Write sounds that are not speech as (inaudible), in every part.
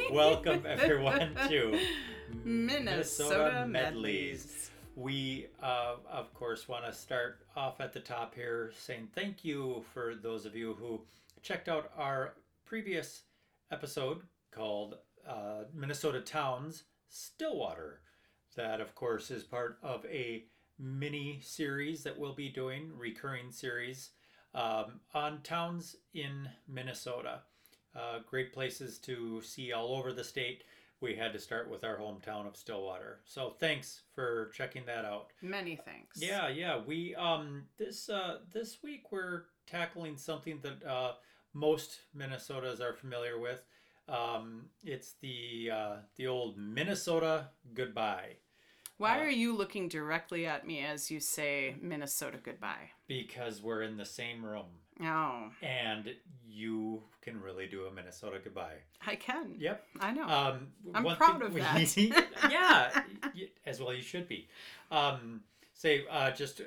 (laughs) welcome everyone to Minnesota Minnesota medleys. medleys. We, uh, of course, want to start off at the top here saying thank you for those of you who checked out our previous episode called uh, Minnesota Towns Stillwater. That, of course, is part of a mini series that we'll be doing, recurring series um, on towns in Minnesota. Uh, great places to see all over the state. We had to start with our hometown of Stillwater. So thanks for checking that out. Many thanks. Yeah, yeah. We um this uh this week we're tackling something that uh most Minnesotas are familiar with. Um it's the uh the old Minnesota goodbye Why Uh, are you looking directly at me as you say Minnesota goodbye? because we're in the same room Oh, and you can really do a Minnesota goodbye. I can. Yep. I know. Um, I'm one proud thing of we- that. (laughs) (laughs) yeah, y- as well you should be. Um, say, uh, just uh,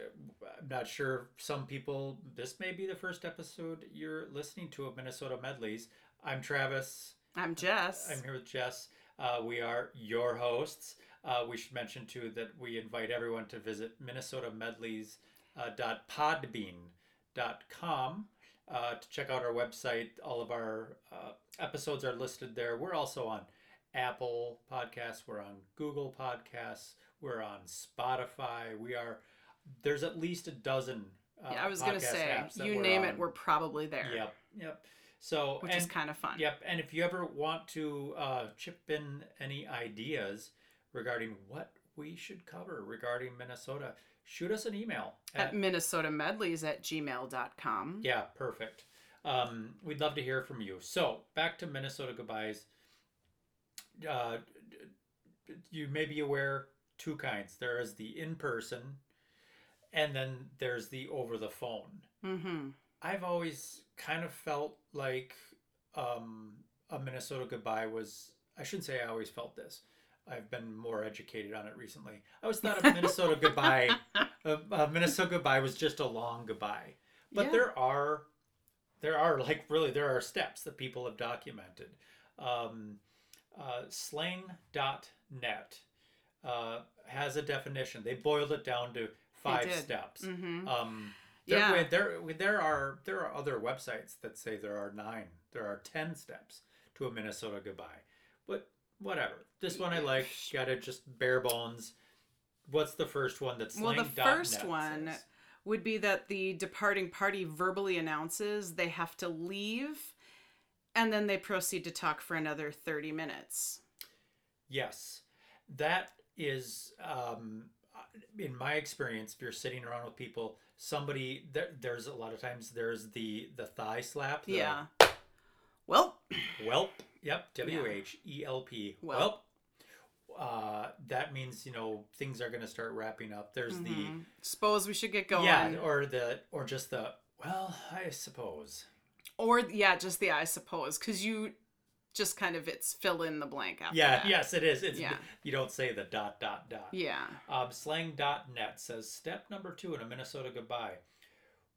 I'm not sure. Some people, this may be the first episode you're listening to of Minnesota Medleys. I'm Travis. I'm Jess. I'm here with Jess. Uh, we are your hosts. Uh, we should mention too that we invite everyone to visit uh, minnesotamedleys.podbean.com uh, to check out our website. All of our uh, episodes are listed there. We're also on Apple Podcasts. We're on Google Podcasts. We're on Spotify. We are. There's at least a dozen. Uh, Yeah, I was gonna podcast say, apps that you name on. it, we're probably there. Yep, yep. So Which is and- kind of fun. Yep, and if you ever want to uh, chip in any ideas regarding what we should cover regarding Minnesota, shoot us an email. At Minnesota medleys at gmail.com. yeah, perfect. Um, we'd love to hear from you. So back to Minnesota goodbyes. Uh, you may be aware two kinds. There is the in person, and then there's the over the phone. Mm-hmm. I've always kind of felt like um, a Minnesota goodbye was. I shouldn't say I always felt this. I've been more educated on it recently. I always thought a (laughs) Minnesota goodbye, a, a Minnesota goodbye was just a long goodbye. But Yeah. there are, there are like really there are steps that people have documented. Um, uh, slang.net uh, has a definition. They boiled it down to five did. steps. Mm-hmm. Um, there, Yeah. wait, there, wait, there are there are other websites that say there are nine, there are ten steps to a Minnesota goodbye, but whatever. This one I like. Got it, just bare bones. What's the first one that's Well, the first one- Says? Would be that the departing party verbally announces they have to leave and then they proceed to talk for another 30 minutes. Yes, that is, um, in my experience, if you're sitting around with people, somebody there, there's a lot of times there's the the thigh slap. the Yeah. Well, Welp. Yep. W H E L P. Welp. Welp. Uh, that means you know things are going to start wrapping up. There's mhm. suppose we should get the going. yeah, or the or just the well, I suppose. or yeah, just the I suppose, because you just kind of it's fill in the blank after Uh, yeah. that. Yes, it is. It's Yeah. you don't say the dot dot dot. yeah, Um, slang.net says step number two in a Minnesota goodbye.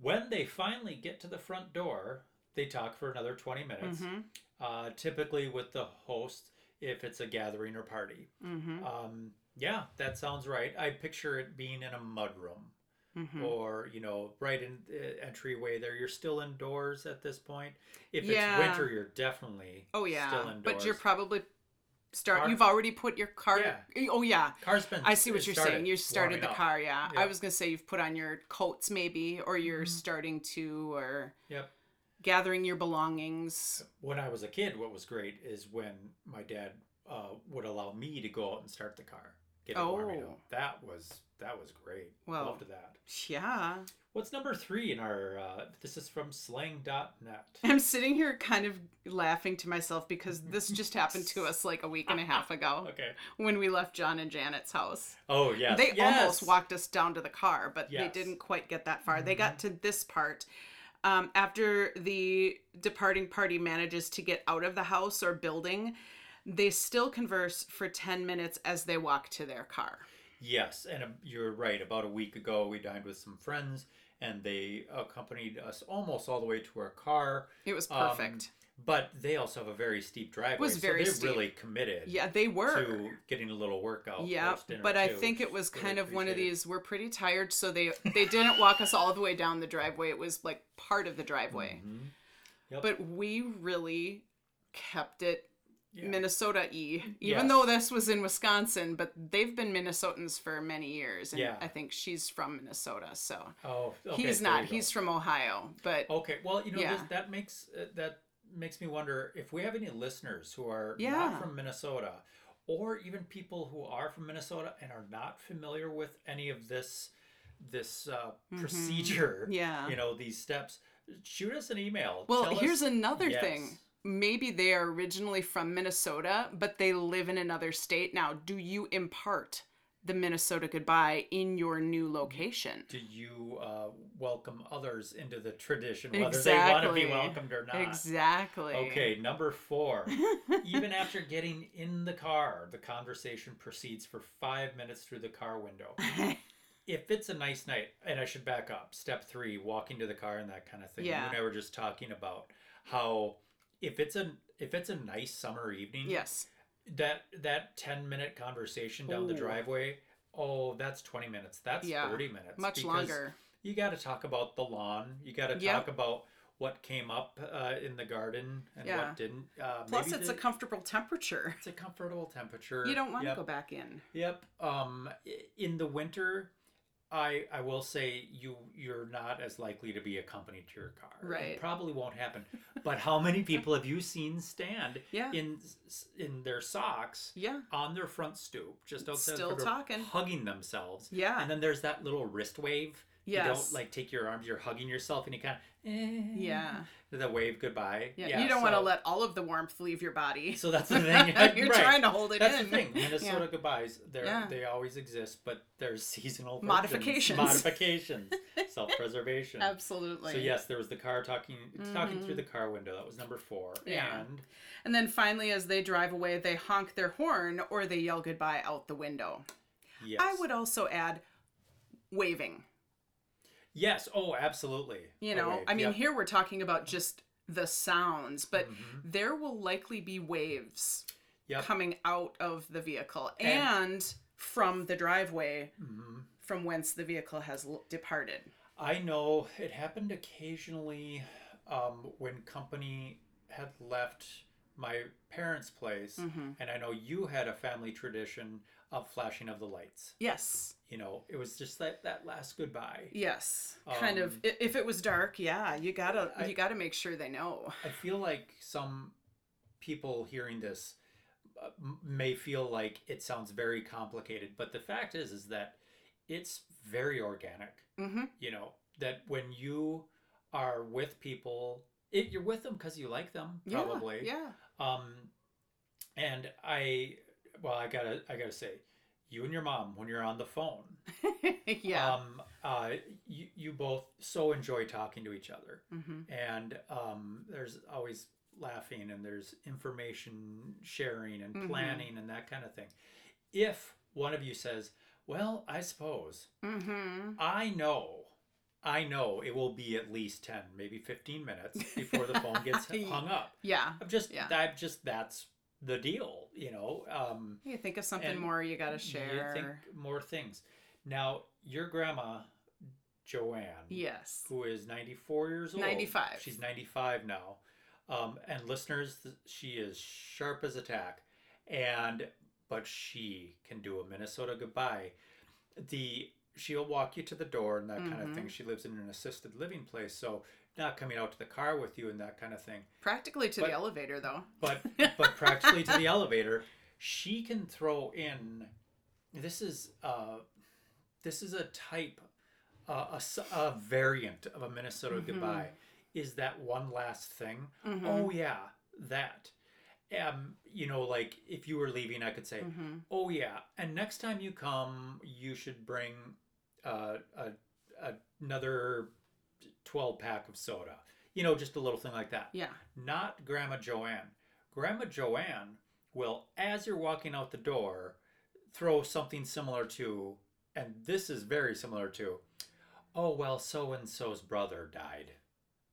When they finally get to the front door, they talk for another 20 minutes, hmm uh, typically with the host if it's a gathering or party. hmm Um, yeah, that sounds right. I picture it being in a mudroom hmm or, you know, right in the entryway there. You're still indoors at this point. If Yeah. it's winter, you're definitely Oh yeah, still indoors. but you're probably start. Car- You've already put your car. Oh yeah, Car's been. I see what it you're started saying. You started warming the up. car. Yeah. Yeah. I was gonna say you've put on your coats maybe, or you're Mhm. starting to, or Yep. gathering your belongings. When I was a kid, what was great is when my dad uh, would allow me to go out and start the car. Get it warming Oh. up. That was that was great. Well. Loved that. Yeah. What's number three in our? Uh, this is from slang.net. (laughs) I'm sitting here kind of laughing to myself because this just happened to us like a week and a half ago (laughs) Okay. when we left John and Janet's house. Oh yes. They yes. almost walked us down to the car, but Yes. Mm-hmm. they didn't quite get that far. They got to this part. Um, after the departing party manages to get out of the house or building, they still converse for 10 minutes as they walk to their car. Yes, and uh, you're right. About a week ago, we dined with some friends, and they accompanied us almost all the way to our car. It was Um, perfect. But they also have a very steep driveway. was very so they steep. really committed Yeah, they were. to getting a little workout. Yeah, post-dinner, but I too, think which it was really kind of one of appreciated. these. We're pretty tired, so they they didn't walk us all the way down the driveway. It was like part of the driveway, Mhm. Yep. but we really kept it Yeah. Minnesota e. Even Yes. though this was in Wisconsin, but they've been Minnesotans for many years, and Yeah. I think she's from Minnesota, so Oh, okay, he's there not. you go. Oh, He's from Ohio, but Okay, well, you know Yeah. this, that makes uh, that makes me wonder if we have any listeners who are Yeah. not from Minnesota, or even people who are from Minnesota and are not familiar with any of this this uh, procedure. Mm-hmm. Yeah. you know these steps. Shoot us an email. Well, Tell here's us, another Yes. thing. Maybe they are originally from Minnesota, but they live in another state now. Do you impart the Minnesota goodbye in your new location? do you uh, welcome others into the tradition, whether they want to be Exactly. welcomed or not? Exactly. Okay, number four. Even after getting in the car, the conversation proceeds for five minutes through the car window. if it's a nice night, and I should back up, step three, walking to the car and that kind of thing. Yeah. You and I were just talking about how if it's a if it's a nice summer evening, (laughs) Yes. that that ten minute conversation down the Ooh. driveway, oh, that's twenty minutes. That's Yeah, thirty minutes. Much because longer. you got to talk about the lawn. You got to Yep. talk about what came up uh, in the garden and Yeah. what didn't. Uh, Plus, maybe it's the- a comfortable temperature. it's a comfortable temperature. You don't want yep. to go back in. Yep. Um, i- in the winter, I I will say you you're not as likely to be accompanied to your car. It Right. probably won't happen. (laughs) But how many people have you seen stand Yeah. in s- in their socks? Yeah. On their front stoop, just outside, the Still front door, talking. hugging themselves. Yeah. and then there's that little wrist wave. You Yes. don't like take your arms. You're hugging yourself, and you kind of eh, Yeah. The wave goodbye. Yeah. you don't want to (laughs) so- let all of the warmth leave your (laughs) body. So that's the thing. You're (laughs) Right. trying to hold it That's in. the thing. Minnesota goodbyes, they Yeah. are they always exist, but there's (laughs) seasonal versions, Modifications. (laughs) modifications, self-preservation. Absolutely. Mm-hmm. So yes, there was the car talking, talking through the car window. That was number four. Yeah. And And then finally, as they drive away, they honk their horn or they yell goodbye out the window. yes, I would also add waving. Yes. Oh, absolutely. You A know, wave. I mean, Yep. here we're talking about just the sounds, but there will likely be waves Mm-hmm. Yep. coming out of the vehicle and, And- from the driveway Mm-hmm. from whence the vehicle has l- departed. I know it happened occasionally um, when company had left my parents' place, Mm-hmm. and I know you had a family tradition of flashing of the lights. Yes. you know, it was just that that last goodbye. Yes. kind of Um, i- if it was dark, yeah, you got to I- you got to make sure they know. I feel like some people hearing this uh, m- may feel like it sounds very complicated, but the fact is is that it's very organic. Mhm. You know, that when you are with people, it, you're with them because you like them, Yeah, probably. Yeah. Um, and I, well, I gotta, I gotta say, you and your mom when you're on the phone, yeah. (laughs) um, uh, you, you both so enjoy talking to each other hmm and um, there's always laughing and there's information sharing and Mhm. planning and that kind of thing if one of you says well i suppose hmm i know i know it will be at least 10 maybe 15 minutes before (laughs) the phone gets hung up Yeah. i'm just Yeah. i'm just that's the deal you know um, You think of something And more you got to you share. think more things now your grandma joanne Yes. who is 94 years old. 95. She's 95 now. Um, and listeners, th- she is sharp as a tack. And but she can do a Minnesota goodbye. The she'll walk you to the door and that kind Mhm. of thing. She lives in an assisted living place, so not coming out to the car with you and that kind of thing. Practically to the But- elevator, though. But but practically to the (laughs) elevator, she can throw in. This is uh, this is a type uh, a, s- a variant of a Minnesota Mhm. goodbye is that one last thing. Mhm. Oh yeah, that. Um, you know, like if you were leaving, I could say, Mhm. "Oh yeah," and next time you come, you should bring uh, a, a another twelve pack of soda. You know, just a little thing like that. Yeah. Not Grandma Joanne. Grandma Joanne will, as you're walking out the door, throw something similar to, and this is very similar to, oh well, so and so's brother died.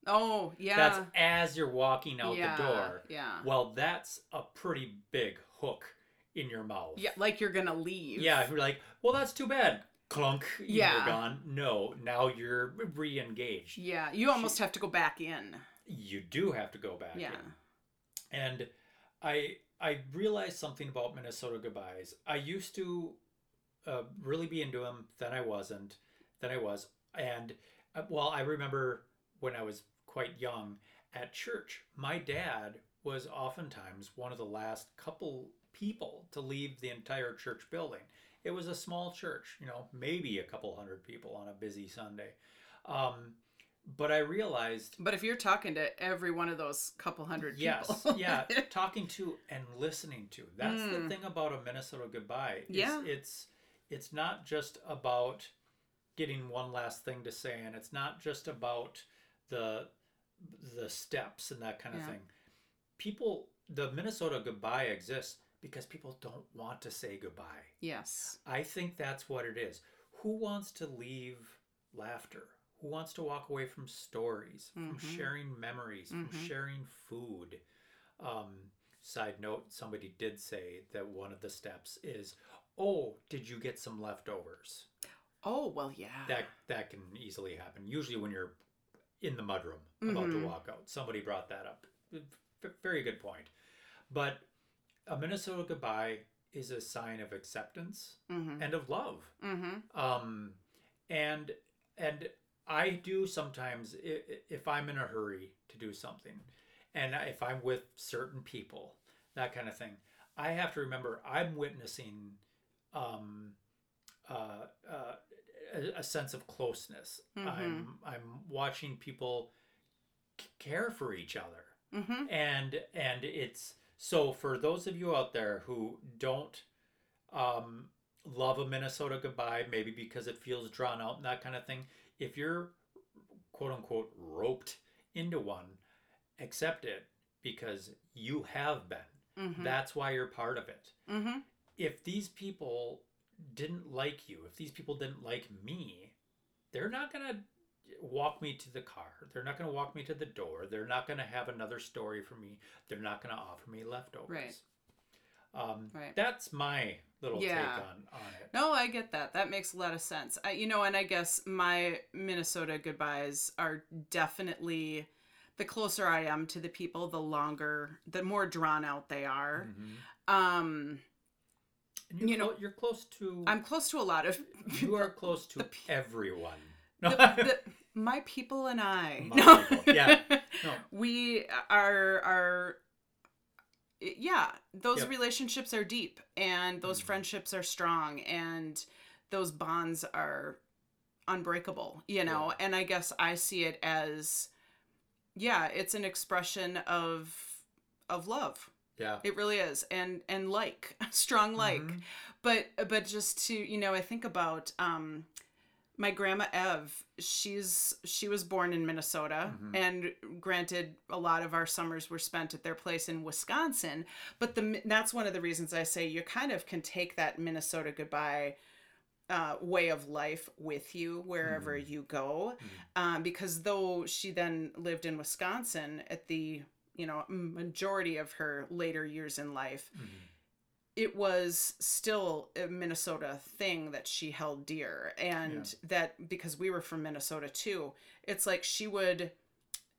Oh, yeah. That's as you're walking out yeah, the door. Yeah. Well, that's a pretty big hook in your mouth. Yeah, like you're going to leave. Yeah, if you're like, well, that's too bad. Clunk. you know, Yeah. You're gone. No, now you're re engaged. Yeah, you almost have to go back in. You do have to go back. in. Yeah. And I I realized something about Minnesota goodbyes. I used to uh, really be into them, then I wasn't, then I was. And uh, well, I remember when I was quite young at church, my dad was oftentimes one of the last couple people to leave the entire church building. It was a small church, you know, maybe a couple hundred people on a busy Sunday. Um, but I realized But if you're talking to every one of those couple hundred Yes, people. (laughs) yeah, talking to and listening to. That's Mm. the thing about a Minnesota goodbye. is Yeah. it's it's not just about getting one last thing to say, and it's not just about the the steps and that kind of Yeah. thing. People, the Minnesota goodbye exists because people don't want to say goodbye. yes. I think that's what it is. Who wants to leave laughter? Who wants to walk away from stories, from Mhm. sharing memories, from Mhm. sharing food? Um, side note somebody did say that one of the steps is, oh, did you get some leftovers? Oh, well, yeah. That, that can easily happen, usually when you're in the mudroom about to Mhm. walk out. Somebody brought that up. V- Very good point. But a Minnesota goodbye is a sign of acceptance mm-hmm. and of love Mm-hmm. um and and i do sometimes i- i- if i'm in a hurry to do something and I- if i'm with certain people that kind of thing i have to remember i'm witnessing um uh, uh a, a sense of closeness mm-hmm, i'm i'm watching people c- care for each other Mm-hmm. and and it's so for those of you out there who don't um, love a Minnesota goodbye, maybe because it feels drawn out and that kind of thing. If you're quote unquote roped into one, accept it because you have been. Mm-hmm. That's why you're part of it. mm-hmm. If these people didn't like you, if these people didn't like me, they're not gonna walk me to the car. They're not gonna walk me to the door. They're not gonna have another story for me. They're not gonna offer me leftovers. Right. Um, Right. That's my little Yeah. take on, on it. No, I get that. That makes a lot of sense. I, you know, and I guess my Minnesota goodbyes are definitely the closer I am to the people, the longer, the more drawn out they are. Um, Mm-hmm. And you're, You you know- know, you're close to. I'm close to a lot of you (laughs) are close to the p- everyone. the, No, (laughs) the, my people and I. My people, (laughs) yeah. no, we are are yeah those Yep. relationships are deep and those Mhm. friendships are strong and those bonds are unbreakable you know Yeah. and i guess i see it as yeah it's an expression of of love yeah. it really is and and like (laughs) strong (laughs) like Mhm. but but just to you know i think about um my grandma ev she's she was born in minnesota Mhm. and granted a lot of our summers were spent at their place in wisconsin but the Mi- that's one of the reasons i say you kind of can take that minnesota goodbye uh, way of life with you wherever you go um, because though she then lived in wisconsin at the you know majority of her later years in life Mhm. it was still a Minnesota thing that she held dear. And that because we were from Minnesota too, it's like she would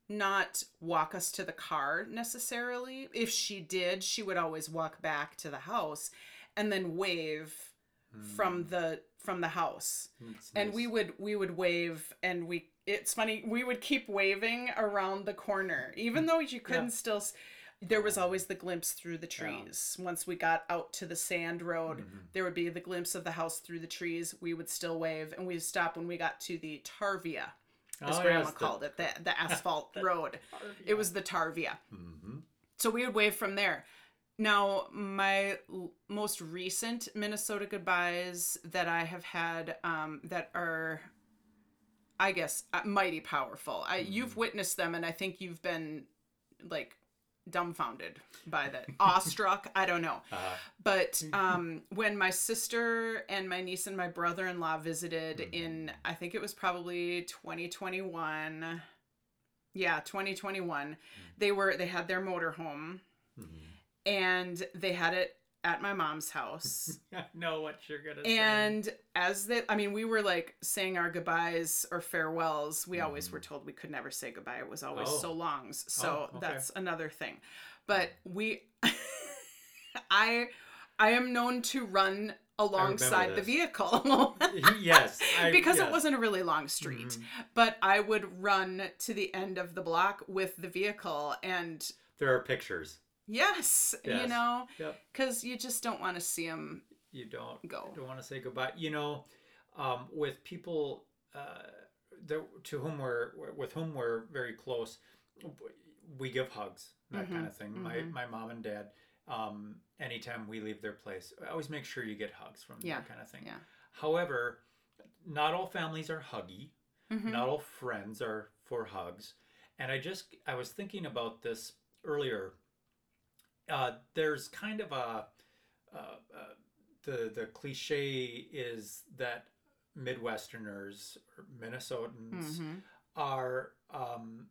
not walk us to the car necessarily. If she did, she would always walk back to the house and then wave Hmm. from the from the house. That's And nice. we would we would wave and we it's funny, we would keep waving around the corner even though you couldn't still s- there was always the glimpse through the trees. Once we got out to the sand road, Mhm. there would be the glimpse of the house through the trees. We would still wave, and we'd stop when we got to the Tarvia, as Oh, Grandma yes, the- called it, the, (laughs) the asphalt road. It was the Tarvia. Mhm. So we would wave from there. Now, my l- most recent Minnesota goodbyes that I have had um, that are, I guess, uh, mighty powerful. I, You've witnessed them, and I think you've been like dumbfounded by that, (laughs) awestruck. I don't know. Uh, But um, when my sister and my niece and my brother in law visited in, I think it was probably 2021, yeah 2021 they were they had their motorhome Mm-hmm. and they had it at my (laughs) mom's house I (laughs) know what you're gonna (laughs) say. and as they i mean we were like saying our goodbyes or farewells we always Mhm. were told we could never say goodbye it was always Oh. so longs so okay. Mm. that's another thing but we (laughs) i i am known to run alongside the this. vehicle (laughs) yes, (laughs) I, because yes. it wasn't a really long street Mhm. but i would run to the end of the block with the vehicle and There are pictures. yes, you Yes. know Yep. because you just don't want to see them You don't go don't want to say goodbye. You know, um, with people uh, that, to whom we're with whom we're very close, we give hugs, that kind of thing. mhm. My my mom and dad. Um, anytime we leave their place, I always make sure you get hugs from Yeah, that kind of thing. yeah. However, not all families are huggy. Mhm. Not all friends are for hugs. And I just I was thinking about this earlier. Uh, there's kind of a uh, uh, the the cliche is that Midwesterners or Minnesotans Mhm. are um,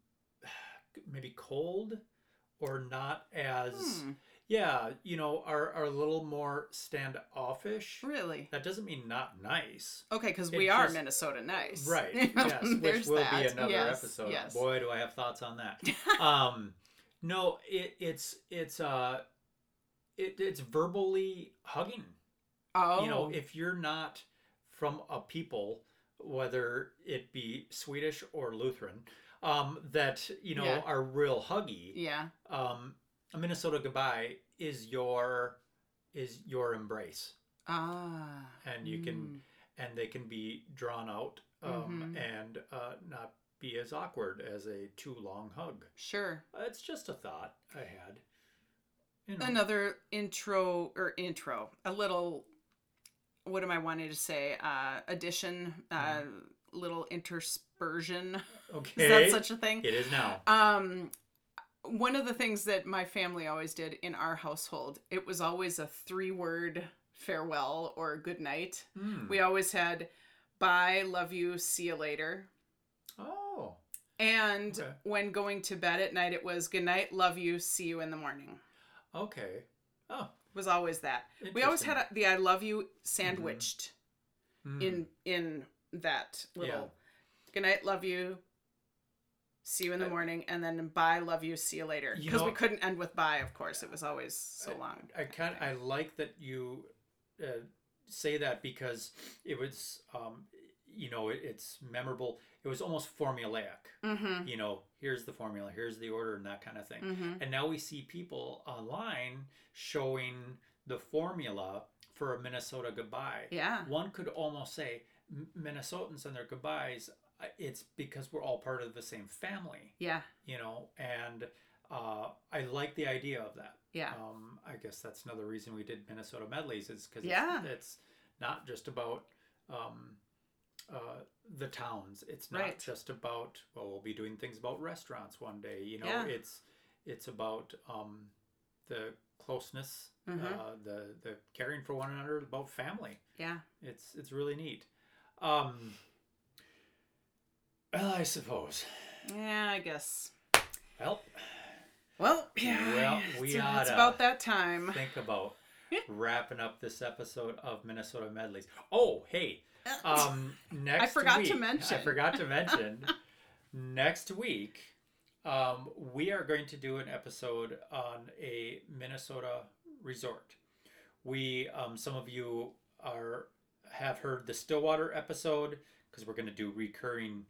maybe cold or not as Hmm, yeah you know are are a little more standoffish. really That doesn't mean not nice. Okay, because It we are just- Minnesota nice. (laughs) Um, Right. Yes. Which There's will be that. another Yes, episode. yes. (laughs) Boy, do I have thoughts on that. um, no, it, it's it's uh, it, it's verbally hugging. Oh. You know, if you're not from a people, whether it be Swedish or Lutheran, um, that you know Yeah. are real huggy. yeah. Um, a Minnesota goodbye is your is your embrace Ah. And you can- and they can be drawn out um, Mhm. and uh, not be as awkward as a too long hug. Sure. Uh, It's just a thought I had. You know, Another intro or intro. A little. What am I wanting to say? Uh, addition. Uh, little interspersion. Mm-hmm. (laughs) okay. Is that such a thing? it is now. Um, one of the things that my family always did in our household, it was always a three-word farewell or good night. Hmm. We always had bye, love you, see you later. oh, And Okay. when going to bed at night, it was good night, love you, see you in the morning. okay. Oh, Was always that. We always had a, the I love you Mm-hmm. sandwiched in in that little good night, love you, see you in the I- morning, and then bye, love you, see you later. You Because we know- couldn't end with bye, of course. It was always so long. Hmm. I kind I like that you uh, say that because it was um, you know it, it's memorable. It was almost formulaic. Mm-hmm. You know, here's the formula, here's the order, and that kind of thing. Mm-hmm. And now we see people online showing the formula for a Minnesota goodbye. Yeah. One could almost say M- Minnesotans and their goodbyes, uh, it's because we're all part of the same family, Yeah. you know, and uh, I like the idea of that. Yeah. Um, I guess that's another reason we did Minnesota medleys is because Yeah. it's, it's not just about um, uh, the towns. It's not Right. just about well, we'll be doing things about restaurants one day. You know, Yeah. it's it's about um, the closeness, Mhm. uh, the the caring for one another, about family. Yeah. It's it's really neat. Um, well, I suppose. Yeah, I guess. Well, Well, yeah. Well, it's- we it's, oughta about that time. (laughs) think about wrapping up this episode of Minnesota medleys. Oh, hey, (laughs) (laughs) um, next forgot to week- mention. I forgot to (laughs) mention. next week, um, we are going to do an episode on a Minnesota resort. We, um, some of you are have heard the Stillwater episode because we're going to do recurring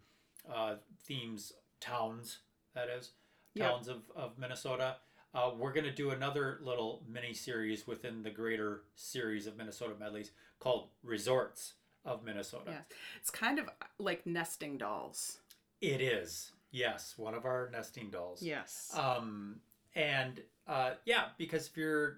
uh, themes, towns that is, Yep. towns of, of Minnesota. Uh, we're going to do another little mini series within the greater series of Minnesota medleys called Resorts of Minnesota. Yes. It's kind of like nesting dolls. It is, yes, one of our nesting dolls. Yes. Um, and uh, yeah, because if you're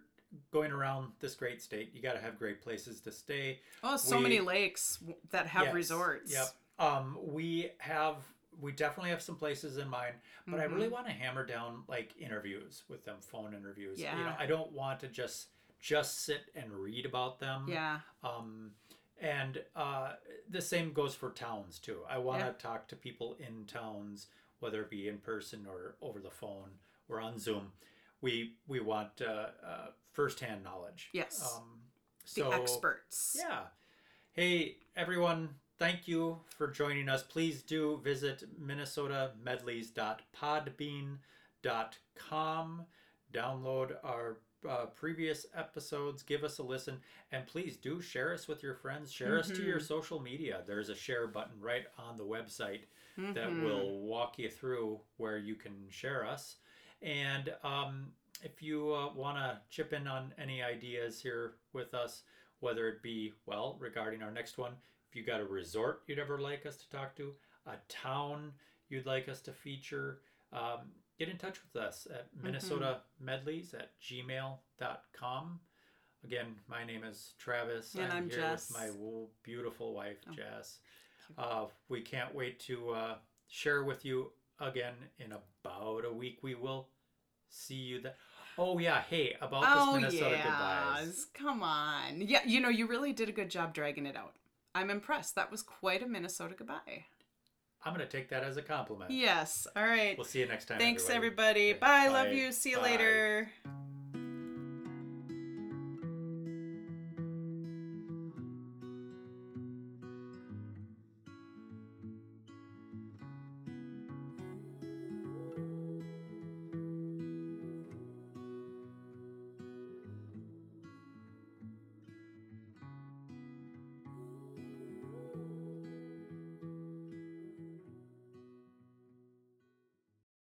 going around this great state, you got to have great places to stay. oh, so Uh, we- many lakes w- that have Yes, resorts. Yep. Um, we have we definitely have some places in mind, but Mm-hmm. I really want to hammer down like interviews with them, phone interviews. You know, Yeah. I don't want to just just sit and read about them. Yeah. Um, and uh, the same goes for towns too. I want to talk to people in towns whether it be in person or over the phone or on Zoom. We we want uh, uh, firsthand knowledge. Yes. Um, so the experts. yeah. Hey everyone, thank you for joining us. Please do visit minnesotamedleys.podbean.com. Download our uh, previous episodes, give us a listen, and please do share us with your friends. Share us to your Mhm. social media. There's a share button right on the website that Mhm. will walk you through where you can share us. And um, if you uh, want to chip in on any ideas here with us, whether it be, well, regarding our next one, if you got a resort you'd ever like us to talk to, a town you'd like us to feature, um, get in touch with us at Minnesota Medleys at gmail.com. Again, my name is Travis. And I'm here Jess. Oh, with my w- beautiful wife, Jess. Thank Uh, we can't wait to uh, share with you again in about a week. We will see you then. Oh, yeah. Hey, about Oh this Minnesota yeah. goodbyes. Come on. Yeah, you know you really did a good job dragging it out. I'm impressed. That was quite a Minnesota goodbye. I'm going to take that as a compliment. Yes. All right. We'll see you next time. Thanks everybody. everybody. Okay. Bye. Bye. Love you. See you Bye. later.